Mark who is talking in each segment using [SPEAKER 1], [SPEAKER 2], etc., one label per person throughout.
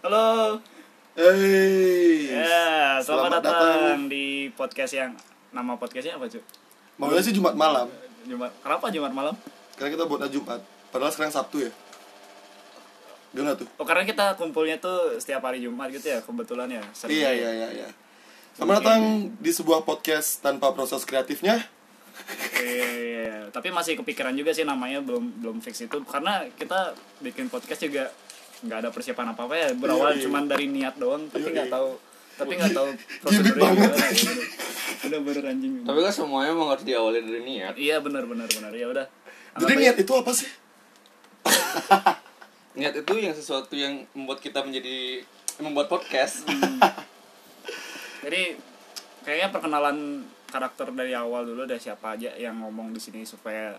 [SPEAKER 1] Halo.
[SPEAKER 2] Hei,
[SPEAKER 1] Ya, selamat,
[SPEAKER 2] Selamat
[SPEAKER 1] datang.
[SPEAKER 2] datang.
[SPEAKER 1] di podcast yang nama podcastnya apa cuy?
[SPEAKER 2] Maunya sih Jumat malam,
[SPEAKER 1] Jumat. Kenapa Jumat malam?
[SPEAKER 2] karena kita buatnya Jumat. Padahal sekarang Sabtu ya. Gimana tuh?
[SPEAKER 1] Oh, karena kita kumpulnya tuh setiap hari Jumat gitu ya kebetulan ya. sering.
[SPEAKER 2] Iya, iya, iya, iya. Selamat datang di sebuah podcast tanpa proses kreatifnya.
[SPEAKER 1] Iya, iya, iya. Tapi masih kepikiran juga sih namanya belum belum fix itu karena kita bikin podcast juga nggak ada persiapan apa apa ya berawal
[SPEAKER 2] Iya, iya.
[SPEAKER 1] cuman dari niat doang tapi
[SPEAKER 2] Iya,
[SPEAKER 1] nggak
[SPEAKER 2] iya.
[SPEAKER 1] tahu tapi nggak tahu
[SPEAKER 2] Gimik banget.
[SPEAKER 1] gimana gitu. udah bener anjing
[SPEAKER 3] Tapi kan semuanya emang harus diawali dari niat.
[SPEAKER 1] iya benar benar benar ya udah
[SPEAKER 2] Jadi
[SPEAKER 1] Anggap
[SPEAKER 2] niat itu apa sih?
[SPEAKER 3] Niat itu yang sesuatu yang membuat kita menjadi membuat podcast.
[SPEAKER 1] Jadi kayaknya perkenalan karakter dari awal dulu deh siapa aja yang ngomong di sini supaya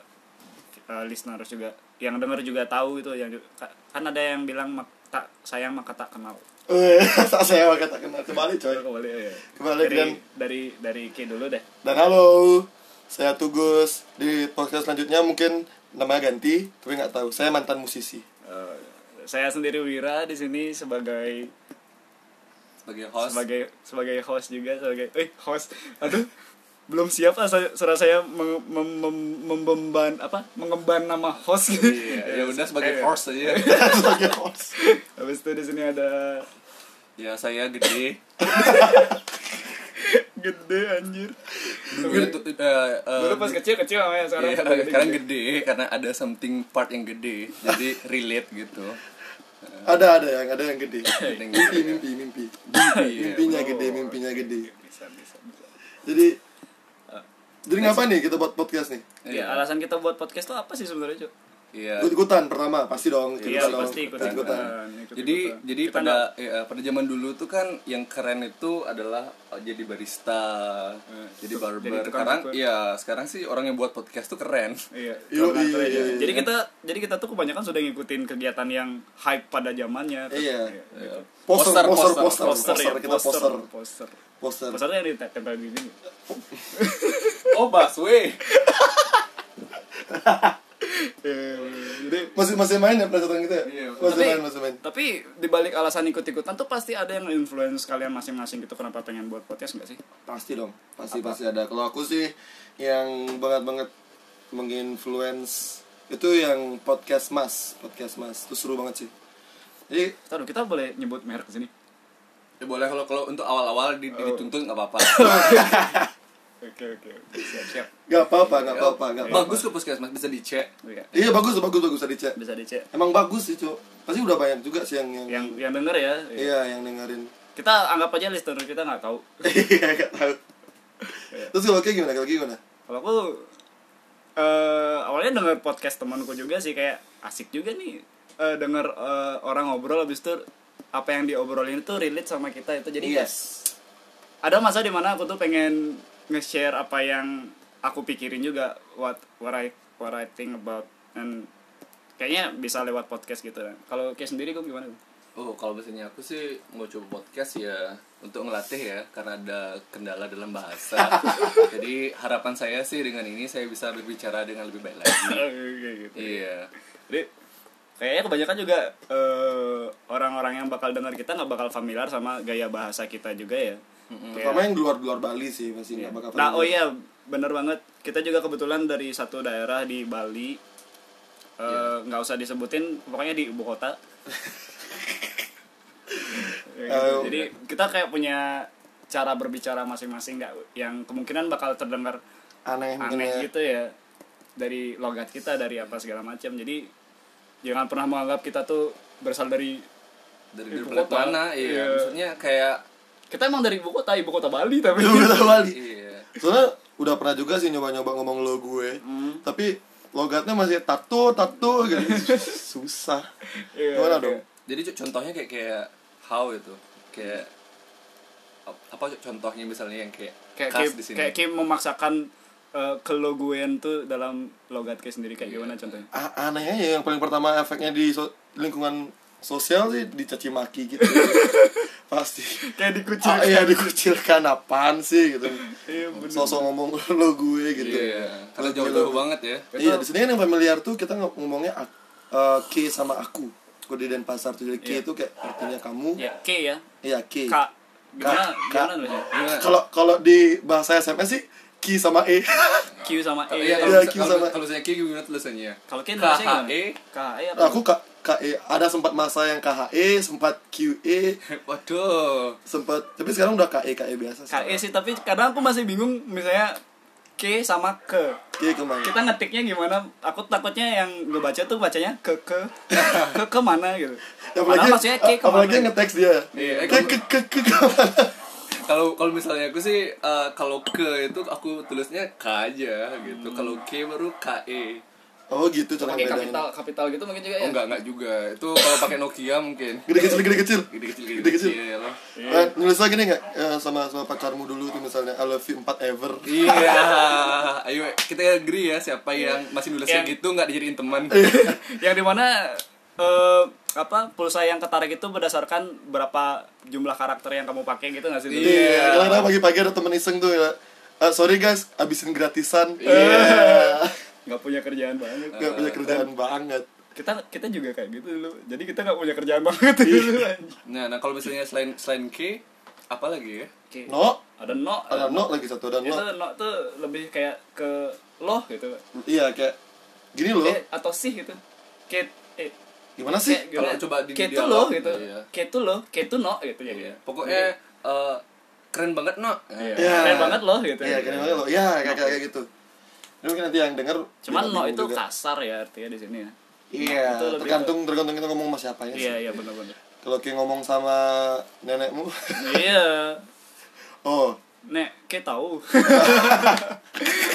[SPEAKER 1] eh, listener juga yang denger juga tahu itu yang ju- ka- kan ada yang bilang mak- tak sayang maka tak kenal.
[SPEAKER 2] Eh, saat saya mau kata kenal kembali coy.
[SPEAKER 1] Kembali ya.
[SPEAKER 2] Kembali,
[SPEAKER 1] dari,
[SPEAKER 2] Dan.
[SPEAKER 1] dari dari Ki dulu deh.
[SPEAKER 2] Dan halo, saya Tugus. Di podcast selanjutnya mungkin namanya ganti, tapi nggak tahu. Saya mantan musisi.
[SPEAKER 1] Eh, saya sendiri Wira di sini sebagai
[SPEAKER 3] Sebagai host.
[SPEAKER 1] sebagai sebagai host juga sebagai eh host aduh belum siap ah saya suara saya meng- mem- mem- membeban apa mengemban nama host
[SPEAKER 3] Iya, ya udah
[SPEAKER 1] Eh,
[SPEAKER 3] sebagai host aja.
[SPEAKER 2] Sebagai host.
[SPEAKER 1] Habis itu di sini ada
[SPEAKER 3] ya saya gede.
[SPEAKER 1] gede anjir.
[SPEAKER 3] Dulu itu eh, eh,
[SPEAKER 1] Dulu pas kecil kecil namanya sekarang
[SPEAKER 3] iya,
[SPEAKER 1] pada
[SPEAKER 3] sekarang gede karena ada something part yang gede. Jadi relate gitu.
[SPEAKER 2] Ada ada yang ada yang gede.
[SPEAKER 3] Yang
[SPEAKER 2] Mimpi
[SPEAKER 3] gede.
[SPEAKER 2] mimpi mimpi. Mimpi,
[SPEAKER 3] Iya.
[SPEAKER 2] mimpinya gede, mimpinya gede.
[SPEAKER 1] Bisa bisa. bisa.
[SPEAKER 2] Jadi jadi ngapa nih kita buat podcast nih?
[SPEAKER 1] Ya, alasan kita buat podcast tuh apa sih sebenarnya, Cuk?
[SPEAKER 3] Iya.
[SPEAKER 2] Ikut-ikutan pertama pasti dong.
[SPEAKER 1] Iya,
[SPEAKER 2] ikut-ikutan
[SPEAKER 1] pasti
[SPEAKER 2] dong,
[SPEAKER 1] ikut
[SPEAKER 2] ikut-ikutan.
[SPEAKER 1] ikutan. ikut
[SPEAKER 3] Jadi
[SPEAKER 1] ikutan.
[SPEAKER 3] jadi
[SPEAKER 1] Kita nggak-
[SPEAKER 3] pada ya, pada zaman dulu tuh kan yang keren itu adalah eh, jadi barista, Eh, jadi barber.
[SPEAKER 1] jadi tukang
[SPEAKER 3] sekarang
[SPEAKER 1] barber.
[SPEAKER 3] ya sekarang sih orang yang buat podcast tuh keren.
[SPEAKER 1] Iya,
[SPEAKER 2] Yo,
[SPEAKER 1] karena
[SPEAKER 2] iya,
[SPEAKER 1] aja.
[SPEAKER 2] iya, iya.
[SPEAKER 1] Jadi kita jadi kita tuh kebanyakan sudah ngikutin kegiatan yang hype pada zamannya. kan?
[SPEAKER 2] Iya.
[SPEAKER 1] gitu.
[SPEAKER 2] Poster,
[SPEAKER 3] Poster,
[SPEAKER 2] poster,
[SPEAKER 3] poster,
[SPEAKER 2] poster,
[SPEAKER 1] Poster, ya,
[SPEAKER 2] poster, kita poster,
[SPEAKER 1] poster.
[SPEAKER 2] poster.
[SPEAKER 1] Posternya yang ditempel di sini.
[SPEAKER 3] oh, busway.
[SPEAKER 1] Iya, iya. Jadi
[SPEAKER 2] Masih masih main ya penasaran kita? ya?
[SPEAKER 3] Iya,
[SPEAKER 2] Masih
[SPEAKER 1] tapi,
[SPEAKER 2] main, masih main.
[SPEAKER 1] Tapi dibalik alasan ikut-ikutan tuh pasti ada yang influence kalian masing-masing gitu kenapa pengen buat podcast nggak sih?
[SPEAKER 2] Pasti dong, pasti pasti ada. Kalau aku sih yang banget banget menginfluence itu yang podcast Mas, podcast Mas. Itu seru banget sih. Jadi
[SPEAKER 1] Tahu kita boleh nyebut merek di sini.
[SPEAKER 3] Ya boleh kalau kalau untuk awal-awal di, di- dituntun nggak apa-apa.
[SPEAKER 1] Oke oke oke siap siap.
[SPEAKER 2] nggak apa-apa, nggak apa-apa, nggak apa-apa.
[SPEAKER 3] Iya. Bagus kok puskesmas bisa dicek.
[SPEAKER 1] Iya,
[SPEAKER 2] Iya bagus, bagus, bagus bisa dicek.
[SPEAKER 1] bisa dicek.
[SPEAKER 2] Emang bagus sih Cuk. Pasti udah banyak juga sih yang yang,
[SPEAKER 1] Yang yang denger ya.
[SPEAKER 2] iya yang dengerin.
[SPEAKER 1] Kita anggap aja listener kita nggak tahu.
[SPEAKER 2] Iya nggak tahu. Iya. Terus kalau kayak gimana? Kalau kayak gimana?
[SPEAKER 1] Kalau aku eh awalnya denger podcast temanku juga sih kayak asik juga nih eh denger eh, orang ngobrol habis itu apa yang diobrolin itu relate sama kita itu jadi ya, ada masa dimana aku tuh pengen nge-share apa yang aku pikirin juga what what I what I think about and kayaknya bisa lewat podcast gitu kan kalau kayak sendiri gue gimana
[SPEAKER 3] Oh, kalau misalnya aku sih mau coba podcast ya untuk ngelatih ya karena ada kendala dalam bahasa. Jadi harapan saya sih dengan ini saya bisa berbicara dengan lebih baik lagi.
[SPEAKER 1] Kayak gitu
[SPEAKER 3] iya.
[SPEAKER 1] jadi kayaknya kebanyakan juga eh, orang-orang yang bakal dengar kita nggak bakal familiar sama gaya bahasa kita juga ya Kayak-
[SPEAKER 2] Terutama yang di luar luar Bali sih masih nggak bakal.
[SPEAKER 1] nah oh iya bener banget kita juga kebetulan dari satu daerah di Bali Eh, nggak usah disebutin pokoknya di ibu kota Ya gitu.
[SPEAKER 2] Eh,
[SPEAKER 1] jadi kita kayak punya cara berbicara masing-masing nggak yang kemungkinan bakal terdengar
[SPEAKER 2] aneh mungkin
[SPEAKER 1] aneh
[SPEAKER 2] ya.
[SPEAKER 1] gitu ya dari logat kita dari apa segala macam jadi jangan pernah menganggap kita tuh berasal dari
[SPEAKER 3] Dari
[SPEAKER 1] Ibu
[SPEAKER 3] dari belah
[SPEAKER 1] kota.
[SPEAKER 3] mana? Iya.
[SPEAKER 1] Iya.
[SPEAKER 3] Maksudnya kayak
[SPEAKER 1] kita emang dari ibu kota ibu kota Bali tapi
[SPEAKER 2] Lu udah Bali.
[SPEAKER 3] iya.
[SPEAKER 2] Soalnya udah pernah juga sih nyoba-nyoba ngomong lo gue.
[SPEAKER 1] Hmm.
[SPEAKER 2] Tapi logatnya masih tato tato gitu. Susah.
[SPEAKER 1] Iya,
[SPEAKER 2] Gimana
[SPEAKER 1] iya.
[SPEAKER 2] dong?
[SPEAKER 3] Jadi co- contohnya kayak kayak how itu. Kayak ap- apa contohnya misalnya yang kayak
[SPEAKER 1] kayak
[SPEAKER 3] khas
[SPEAKER 1] kayak-
[SPEAKER 3] di sini.
[SPEAKER 1] kayak kayak memaksakan eh, keloguean tuh dalam logat kayak sendiri kayak gimana contohnya
[SPEAKER 2] A- anehnya ya yang paling pertama efeknya di so- lingkungan sosial sih dicaci maki gitu. Pasti.
[SPEAKER 1] kayak
[SPEAKER 2] Ah,
[SPEAKER 1] dikucilkan
[SPEAKER 2] iya dikucilkan apaan sih gitu.
[SPEAKER 1] Iya, bener.
[SPEAKER 2] Sosok ngomong lo gue gitu. Iya,
[SPEAKER 3] Iya, karena ya.
[SPEAKER 2] kan eh, Terus suku di Denpasar tuh jadi
[SPEAKER 1] Iya.
[SPEAKER 2] Ki itu kayak artinya kamu
[SPEAKER 1] ya K ya
[SPEAKER 2] iya Ki
[SPEAKER 1] K gimana
[SPEAKER 2] K.
[SPEAKER 1] gimana nulisnya
[SPEAKER 2] kalau kalau di bahasa SMS sih Ki sama E
[SPEAKER 1] Q sama E
[SPEAKER 3] Iya,
[SPEAKER 2] Iya,
[SPEAKER 3] kalau
[SPEAKER 2] Q
[SPEAKER 3] bisa-
[SPEAKER 2] sama-
[SPEAKER 3] kalau kalau saya Q gimana tulisannya?
[SPEAKER 1] kalau K
[SPEAKER 3] K
[SPEAKER 1] nulisnya
[SPEAKER 3] H
[SPEAKER 1] gimana
[SPEAKER 3] E.
[SPEAKER 1] K E apa
[SPEAKER 2] aku K KE ada sempat masa yang KHE sempat QE
[SPEAKER 3] Waduh.
[SPEAKER 2] sempat tapi sekarang udah KE KE biasa
[SPEAKER 1] K E sih tapi kadang aku masih bingung misalnya K sama ke
[SPEAKER 2] Ki E kemana
[SPEAKER 1] kita ngetiknya gimana aku takutnya yang gue baca tuh bacanya ke ke ke ke mana gitu
[SPEAKER 2] apalagi
[SPEAKER 1] Padahal maksudnya K kemana gitu.
[SPEAKER 2] apalagi ngeteks dia
[SPEAKER 3] Iya,
[SPEAKER 2] ke ke ke ke kemana
[SPEAKER 3] Kalau kalau misalnya aku sih eh, kalau ke itu aku tulisnya K aja gitu. Kalau K baru K E.
[SPEAKER 2] oh gitu cara
[SPEAKER 1] pakai
[SPEAKER 2] bedain
[SPEAKER 1] kapital kapital gitu mungkin juga
[SPEAKER 3] Oh,
[SPEAKER 1] ya
[SPEAKER 3] enggak enggak juga. Itu kalau pakai Nokia mungkin.
[SPEAKER 2] gede kecil gede kecil
[SPEAKER 3] Gede kecil
[SPEAKER 2] Gede
[SPEAKER 3] gede
[SPEAKER 2] kecil.
[SPEAKER 3] kecil. ya.
[SPEAKER 1] Iya.
[SPEAKER 2] Eh, nulis lagi nih nggak Eh, sama sama pacarmu dulu tuh misalnya I love you 4 ever
[SPEAKER 3] Iya. Ayo kita agree ya siapa yang masih nulisnya
[SPEAKER 1] Yang-
[SPEAKER 3] gitu nggak dijadiin teman.
[SPEAKER 2] Iya.
[SPEAKER 1] yang dimana eh apa pulsa yang ketarik itu berdasarkan berapa jumlah karakter yang kamu pakai gitu nggak sih dulu?
[SPEAKER 3] Iya.
[SPEAKER 2] Iya, kadang-kadang pagi-pagi ada temen iseng tuh ya. "Eh, sorry guys, abisin gratisan.
[SPEAKER 3] Iya.
[SPEAKER 1] nggak punya kerjaan banget
[SPEAKER 2] Gak punya kerjaan banget.
[SPEAKER 1] kita kita juga kayak gitu dulu jadi kita nggak punya kerjaan banget dulu
[SPEAKER 2] Iya.
[SPEAKER 3] Nah, nah kalau misalnya selain selain K apa lagi ya?
[SPEAKER 1] Oke.
[SPEAKER 2] No,
[SPEAKER 1] ada no
[SPEAKER 2] ada no lagi satu ada
[SPEAKER 1] itu
[SPEAKER 2] no.
[SPEAKER 1] no tuh lebih kayak ke loh gitu
[SPEAKER 2] Iya kayak gini loh.
[SPEAKER 1] eh, atau sih gitu kayak eh,
[SPEAKER 2] Gimana sih?
[SPEAKER 1] kayak gimana?
[SPEAKER 3] Kalau coba di-
[SPEAKER 1] kayak
[SPEAKER 3] di
[SPEAKER 1] tuh
[SPEAKER 3] dialog,
[SPEAKER 1] loh gitu
[SPEAKER 3] iya.
[SPEAKER 1] kayak tuh loh kayak tuh no gitu ya
[SPEAKER 3] Iya. Pokoknya eh, keren banget, no.
[SPEAKER 2] Iya.
[SPEAKER 1] keren banget loh gitu
[SPEAKER 2] Iya, keren banget loh. Iya, kayak kayak kayak gitu. Ini mungkin nanti yang denger
[SPEAKER 1] cuman
[SPEAKER 2] bingung
[SPEAKER 1] no itu
[SPEAKER 2] juga.
[SPEAKER 1] kasar ya artinya di sini ya
[SPEAKER 2] Iya,
[SPEAKER 1] Itu lebih
[SPEAKER 2] tergantung tergantung kita ngomong sama siapa ya.
[SPEAKER 1] iya iya benar-benar
[SPEAKER 2] Kalau kayak ngomong sama nenekmu,
[SPEAKER 1] iya
[SPEAKER 2] oh,
[SPEAKER 1] nek kayak tahu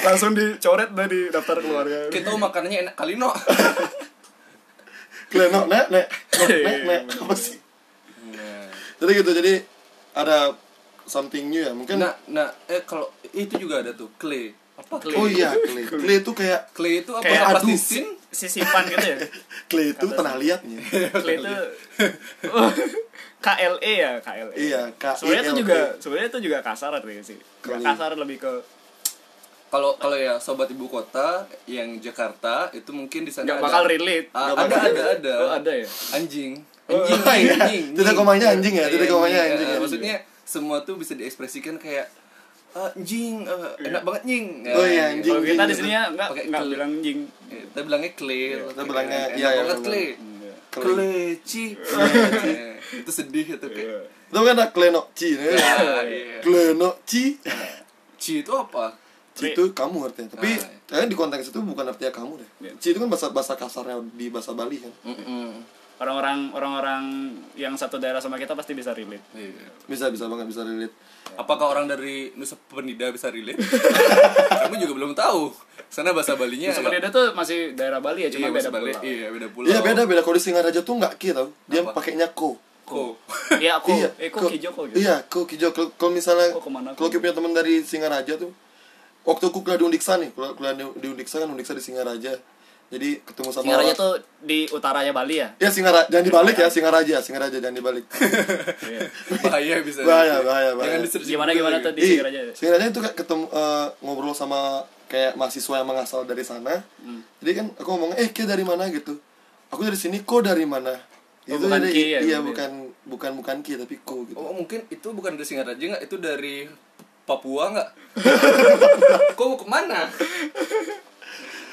[SPEAKER 1] langsung dicoret dari daftar keluarga
[SPEAKER 3] Kita tahu makanannya enak kali, no.
[SPEAKER 2] Kleno, nek, nek, nek, nek, nek, apa sih?
[SPEAKER 3] Nah.
[SPEAKER 2] Jadi gitu, jadi ada something new ya, mungkin
[SPEAKER 3] Nah, nah, eh kalau itu juga ada tuh clay. Apa clay?
[SPEAKER 2] Oh iya, clay. Clay itu kayak
[SPEAKER 3] Clay itu apa?
[SPEAKER 1] Kayak
[SPEAKER 3] Kayak
[SPEAKER 2] adu.
[SPEAKER 3] plastisin?
[SPEAKER 1] sisipan gitu ya
[SPEAKER 2] clay itu tanah liatnya.
[SPEAKER 1] Kle itu KLE ya KLE
[SPEAKER 2] Iya, K-I-L-E.
[SPEAKER 1] sebenarnya itu juga sebenarnya itu juga kasar artinya sih Nggak
[SPEAKER 2] Kali.
[SPEAKER 1] kasar lebih ke
[SPEAKER 3] Kalau kalau ya sobat ibu kota yang Jakarta itu mungkin di sana
[SPEAKER 1] nggak
[SPEAKER 3] ada,
[SPEAKER 1] bakal relate
[SPEAKER 3] Ah,
[SPEAKER 2] Nggak
[SPEAKER 3] ada,
[SPEAKER 2] bakal.
[SPEAKER 3] ada ada
[SPEAKER 1] oh ada ya
[SPEAKER 3] Anjing. Anjing.
[SPEAKER 2] Oh, iya. Tidak komanya anjing ya,
[SPEAKER 3] Iya,
[SPEAKER 2] tidak komanya anjing ya.
[SPEAKER 3] Maksudnya semua tuh bisa diekspresikan kayak "Ah, anjing, eh, enak banget nying.
[SPEAKER 2] Oh iya, anjing.
[SPEAKER 1] kalau kita di sini ya nggak
[SPEAKER 3] Pakai
[SPEAKER 1] nggak
[SPEAKER 3] kle.
[SPEAKER 1] bilang jing
[SPEAKER 3] Eh, Kita bilangnya clay.
[SPEAKER 2] kita bilangnya,
[SPEAKER 3] enak
[SPEAKER 2] iya, iya,
[SPEAKER 3] banget
[SPEAKER 2] benar.
[SPEAKER 3] clay.
[SPEAKER 1] Iya.
[SPEAKER 3] Keleci. Itu sedih
[SPEAKER 1] Iya.
[SPEAKER 3] itu kayak.
[SPEAKER 2] Itu kan ada kleno ci. ya.
[SPEAKER 3] Ah, iya.
[SPEAKER 2] Kleno ci.
[SPEAKER 3] Ci itu apa?
[SPEAKER 2] Ci itu kamu artinya. Tapi
[SPEAKER 3] Ah, iya.
[SPEAKER 2] kayaknya di konteks itu bukan artinya kamu deh.
[SPEAKER 1] Iya.
[SPEAKER 2] Ci itu kan bahasa bahasa kasarnya di bahasa Bali kan.
[SPEAKER 3] Mm-mm.
[SPEAKER 1] orang-orang orang-orang yang satu daerah sama kita pasti bisa relate
[SPEAKER 3] Iya.
[SPEAKER 2] Bisa bisa banget bisa relate.
[SPEAKER 3] Apakah orang dari Nusa Penida bisa relate? Kamu juga belum tahu. Sana bahasa Balinya
[SPEAKER 1] Nusa
[SPEAKER 3] agak-
[SPEAKER 1] Penida tuh masih daerah Bali ya
[SPEAKER 3] iya,
[SPEAKER 1] cuma
[SPEAKER 3] bahasa
[SPEAKER 1] beda
[SPEAKER 3] Bali.
[SPEAKER 1] pulau
[SPEAKER 3] Iya, beda pulau.
[SPEAKER 2] Iya beda beda kalau di Singaraja tuh nggak ki tau. Dia
[SPEAKER 3] Apa?
[SPEAKER 2] pakainya ko.
[SPEAKER 3] Ko.
[SPEAKER 1] iya aku
[SPEAKER 2] iya,
[SPEAKER 1] eh kok
[SPEAKER 2] ko-
[SPEAKER 1] Kijoko gitu
[SPEAKER 2] Iya, ko kijo. Kalau- Kalau misalnya
[SPEAKER 1] Ko kemana?
[SPEAKER 2] kalau kita punya teman dari Singaraja tuh waktu aku kuliah di Undiksa nih, kuliah- kuliah di- di Undiksa kan Undiksa di Singaraja. Jadi ketemu sama
[SPEAKER 1] Singaraja
[SPEAKER 2] orang-
[SPEAKER 1] tuh di utaranya Bali ya
[SPEAKER 2] Ya Singaraja, jangan dibalik ya Singaraja, Singaraja jangan dibalik.
[SPEAKER 1] Iya.
[SPEAKER 3] bahaya bisa.
[SPEAKER 2] Bahaya, bahaya, bahaya.
[SPEAKER 3] Jangan di-search
[SPEAKER 1] gimana
[SPEAKER 3] Google
[SPEAKER 1] gimana
[SPEAKER 3] lagi.
[SPEAKER 1] tuh di
[SPEAKER 2] Ih,
[SPEAKER 1] Singaraja
[SPEAKER 2] Iya,
[SPEAKER 1] ya?
[SPEAKER 2] Singaraja itu kayak ketemu eh, ngobrol sama kayak mahasiswa yang mengasal dari sana.
[SPEAKER 1] Hmm.
[SPEAKER 2] Jadi kan aku ngomong, "Eh, Ki dari mana?" gitu. Aku dari sini, "Ko dari mana?"
[SPEAKER 1] Oh, bukan
[SPEAKER 2] jadi-
[SPEAKER 1] Ki ya,
[SPEAKER 2] Iya,
[SPEAKER 1] gitu ya.
[SPEAKER 2] bukan bukan bukan Ki tapi Ko gitu.
[SPEAKER 3] Oh, mungkin itu bukan dari Singaraja nggak? Itu dari Papua nggak? Kok mau kemana?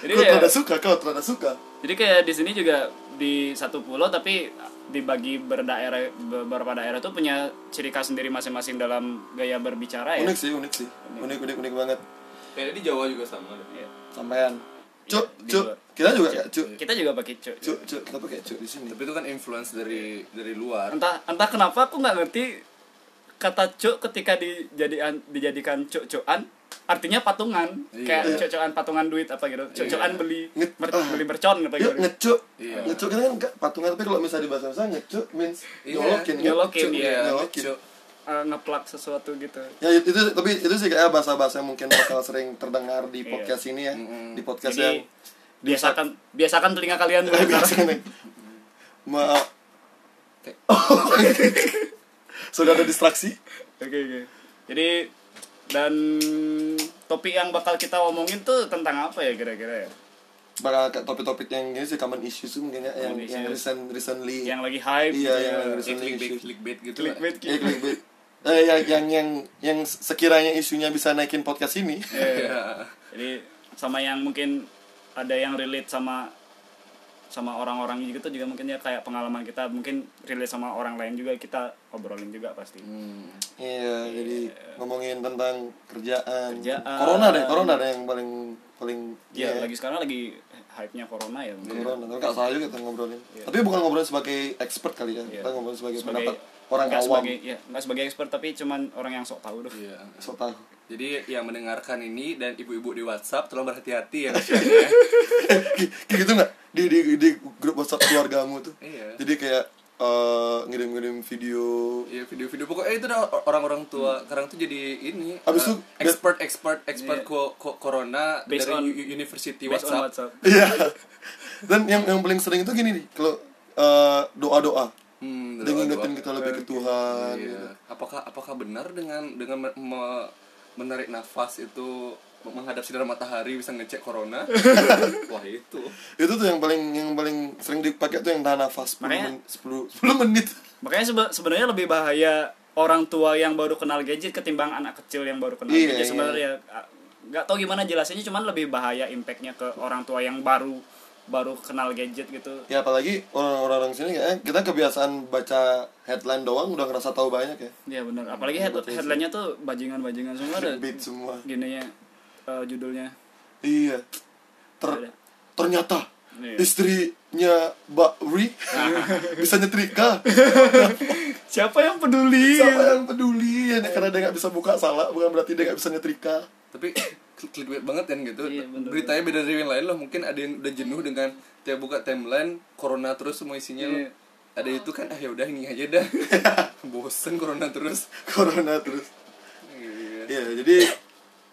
[SPEAKER 1] jadi
[SPEAKER 2] kau
[SPEAKER 1] ya,
[SPEAKER 2] terada suka, kau terada suka.
[SPEAKER 1] Jadi kayak di sini juga di satu pulau tapi dibagi berdaerah beberapa daerah tuh punya ciri khas sendiri masing-masing dalam gaya berbicara ya.
[SPEAKER 2] Unik sih, unik sih. Unik unik unik banget.
[SPEAKER 3] Kayaknya di Jawa juga sama.
[SPEAKER 1] Iya.
[SPEAKER 2] Sampean. Cuk,
[SPEAKER 1] di
[SPEAKER 2] cuk.
[SPEAKER 1] luar.
[SPEAKER 2] Kita juga kayak cuk.
[SPEAKER 1] Kita juga pakai cu.
[SPEAKER 2] Cuk, cuk. Kita pakai cuk di sini.
[SPEAKER 3] Tapi itu kan influence dari dari luar.
[SPEAKER 1] Entah entah kenapa aku nggak ngerti kata cu ketika dijadikan dijadikan cu-cuan artinya patungan
[SPEAKER 2] Iya.
[SPEAKER 1] kayak cu-cuan patungan duit apa gitu cu-cuan beli
[SPEAKER 2] Nge-
[SPEAKER 1] ber-
[SPEAKER 2] Iya. ah.
[SPEAKER 1] beli mercon apa
[SPEAKER 2] Yuk
[SPEAKER 1] gitu
[SPEAKER 2] ngecuk.
[SPEAKER 3] Iya.
[SPEAKER 2] Ngecuk kita kan nggak patungan tapi kalau misalnya di bahasa Indonesia ngecuk means
[SPEAKER 3] Iya,
[SPEAKER 2] nyolokin. kan?
[SPEAKER 1] nyolokin,
[SPEAKER 2] Cuk,
[SPEAKER 1] iya.
[SPEAKER 2] Nyolokin.
[SPEAKER 3] Cuk.
[SPEAKER 1] Eh, ngeplak sesuatu gitu
[SPEAKER 2] Ya itu tapi itu sih kayak bahasa-bahasa yang mungkin bakal sering terdengar di podcast ini ya. Di podcast yang Eh,
[SPEAKER 1] jadi biasakan biasakan telinga kalian dulu
[SPEAKER 2] biasa nih. Ma Sudah ada distraksi?
[SPEAKER 1] Oke oke. Jadi dan topik yang bakal kita omongin tuh tentang apa ya kira-kira ya?
[SPEAKER 2] bakal ke topik-topik yang ini sih common issues tuh mungkin ya yang,
[SPEAKER 1] Common
[SPEAKER 2] yang
[SPEAKER 1] issues.
[SPEAKER 2] recent recently
[SPEAKER 1] yang lagi hype
[SPEAKER 2] Iya, yang
[SPEAKER 1] ya.
[SPEAKER 2] lagi-
[SPEAKER 3] Kayak clickbait clickbait gitu lah.
[SPEAKER 1] clickbait
[SPEAKER 2] ya
[SPEAKER 1] gitu.
[SPEAKER 2] clickbait eh yang yang yang yang sekiranya isunya bisa naikin podcast ini
[SPEAKER 1] Iya.
[SPEAKER 3] Iya.
[SPEAKER 1] Jadi sama yang mungkin ada yang relate sama sama orang-orang gitu juga mungkin ya kayak pengalaman kita mungkin relate sama orang lain juga kita obrolin juga pasti.
[SPEAKER 3] Hmm.
[SPEAKER 2] iya jadi ngomongin tentang kerjaan,
[SPEAKER 1] Kerjaan.
[SPEAKER 2] corona deh corona deh yang paling paling
[SPEAKER 1] Iya,
[SPEAKER 2] iya,
[SPEAKER 1] lagi sekarang lagi hype-nya corona ya. mungkin.
[SPEAKER 2] corona tapi nggak salah juga kita ngobrolin
[SPEAKER 1] Iya.
[SPEAKER 2] tapi bukan ngobrolin sebagai expert kali ya kita ngobrolin sebagai, pendapat orang
[SPEAKER 1] nggak
[SPEAKER 2] awam
[SPEAKER 1] sebagai ya, nggak sebagai expert tapi cuman orang yang sok tahu tuh.
[SPEAKER 3] Iya.
[SPEAKER 2] so tahu
[SPEAKER 3] Jadi yang mendengarkan ini dan ibu-ibu di WhatsApp tolong berhati-hati ya share-nya.
[SPEAKER 2] Ki- kayak gitu nggak di di di grup WhatsApp keluargamu tuh
[SPEAKER 3] Iya.
[SPEAKER 2] jadi kayak eh, ngirim-ngirim video
[SPEAKER 3] Iya video-video pokoknya itu dah orang-orang tua
[SPEAKER 1] Hmm.
[SPEAKER 3] sekarang tuh jadi ini
[SPEAKER 2] Abis
[SPEAKER 3] eh,
[SPEAKER 2] itu-
[SPEAKER 3] expert expert expert ko- ko- corona
[SPEAKER 1] Iya. Based
[SPEAKER 3] dari
[SPEAKER 1] on-
[SPEAKER 3] u- university
[SPEAKER 1] Based on WhatsApp.
[SPEAKER 3] WhatsApp.
[SPEAKER 2] iya dan yang yang paling sering itu gini nih kalau eh, doa-doa dia
[SPEAKER 3] Hmm, doa-doa.
[SPEAKER 2] ngingetin kita lebih ke Tuhan
[SPEAKER 3] Iya.
[SPEAKER 2] gitu.
[SPEAKER 3] Apakah apakah benar dengan dengan me- me- menarik nafas itu menghadap sinar matahari bisa ngecek corona? Wah itu.
[SPEAKER 2] itu tuh yang paling yang paling sering dipakai tuh yang tahan nafas 10
[SPEAKER 1] Makanya-
[SPEAKER 2] menit 10, 10 menit
[SPEAKER 1] Makanya sebe- sebenarnya lebih bahaya orang tua yang baru kenal gadget ketimbang anak kecil yang baru kenal
[SPEAKER 2] Iya,
[SPEAKER 1] gadget
[SPEAKER 2] iya.
[SPEAKER 1] sebenarnya ah, nggak tahu gimana jelasinnya cuman lebih bahaya impactnya ke orang tua yang baru baru kenal gadget gitu
[SPEAKER 2] ya apalagi orang-orang sini kayaknya kita kebiasaan baca headline doang udah ngerasa tahu banyak ya
[SPEAKER 1] ya bener apalagi head headline-nya tuh bajingan bajingan semua ada
[SPEAKER 2] beat semua
[SPEAKER 1] gini ya eh, judulnya
[SPEAKER 2] iya Ter- ternyata
[SPEAKER 1] Iya.
[SPEAKER 2] istrinya Mbak Ri bisa nyetrika
[SPEAKER 1] Iya. siapa yang peduli
[SPEAKER 2] siapa yang peduli ya karena dia nggak bisa buka salah bukan berarti dia nggak bisa nyetrika
[SPEAKER 3] Tapi cl- clickbait banget kan gitu.
[SPEAKER 1] Iya, bener.
[SPEAKER 3] Beritanya beda dari yang lain loh. Mungkin ada yang udah jenuh dengan tiap buka timeline corona terus semua isinya loh.
[SPEAKER 1] Iya.
[SPEAKER 3] Ada itu kan ah ya udah ini aja dah. Bosen corona terus.
[SPEAKER 2] corona terus
[SPEAKER 3] Iya.
[SPEAKER 2] iya jadi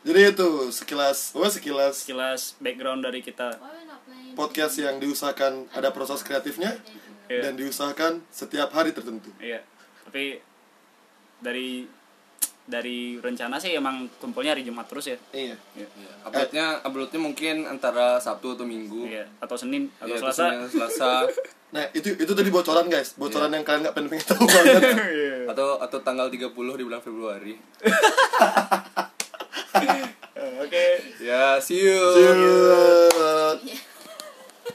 [SPEAKER 2] jadi itu sekilas oh sekilas
[SPEAKER 1] sekilas background dari kita
[SPEAKER 4] Why we not playing?
[SPEAKER 2] podcast yang diusahakan ada proses kreatifnya
[SPEAKER 1] Iya.
[SPEAKER 2] dan diusahakan setiap hari tertentu.
[SPEAKER 1] Iya. Tapi dari dari rencana sih emang kumpulnya hari Jumat terus ya.
[SPEAKER 2] Iya.
[SPEAKER 3] Iya. Uploadnya uploadnya mungkin antara Sabtu atau Minggu.
[SPEAKER 1] Iya, atau Senin atau
[SPEAKER 3] Oh. Iya, terus
[SPEAKER 1] Selasa.
[SPEAKER 3] yang Selasa
[SPEAKER 2] Nah, itu itu tadi bocoran guys, bocoran yang kalian nggak pengen pengen tahu banget.
[SPEAKER 1] Iya.
[SPEAKER 3] atau atau tanggal 30 di bulan Februari.
[SPEAKER 1] Oke.
[SPEAKER 3] Ya, See you.
[SPEAKER 2] Cheers.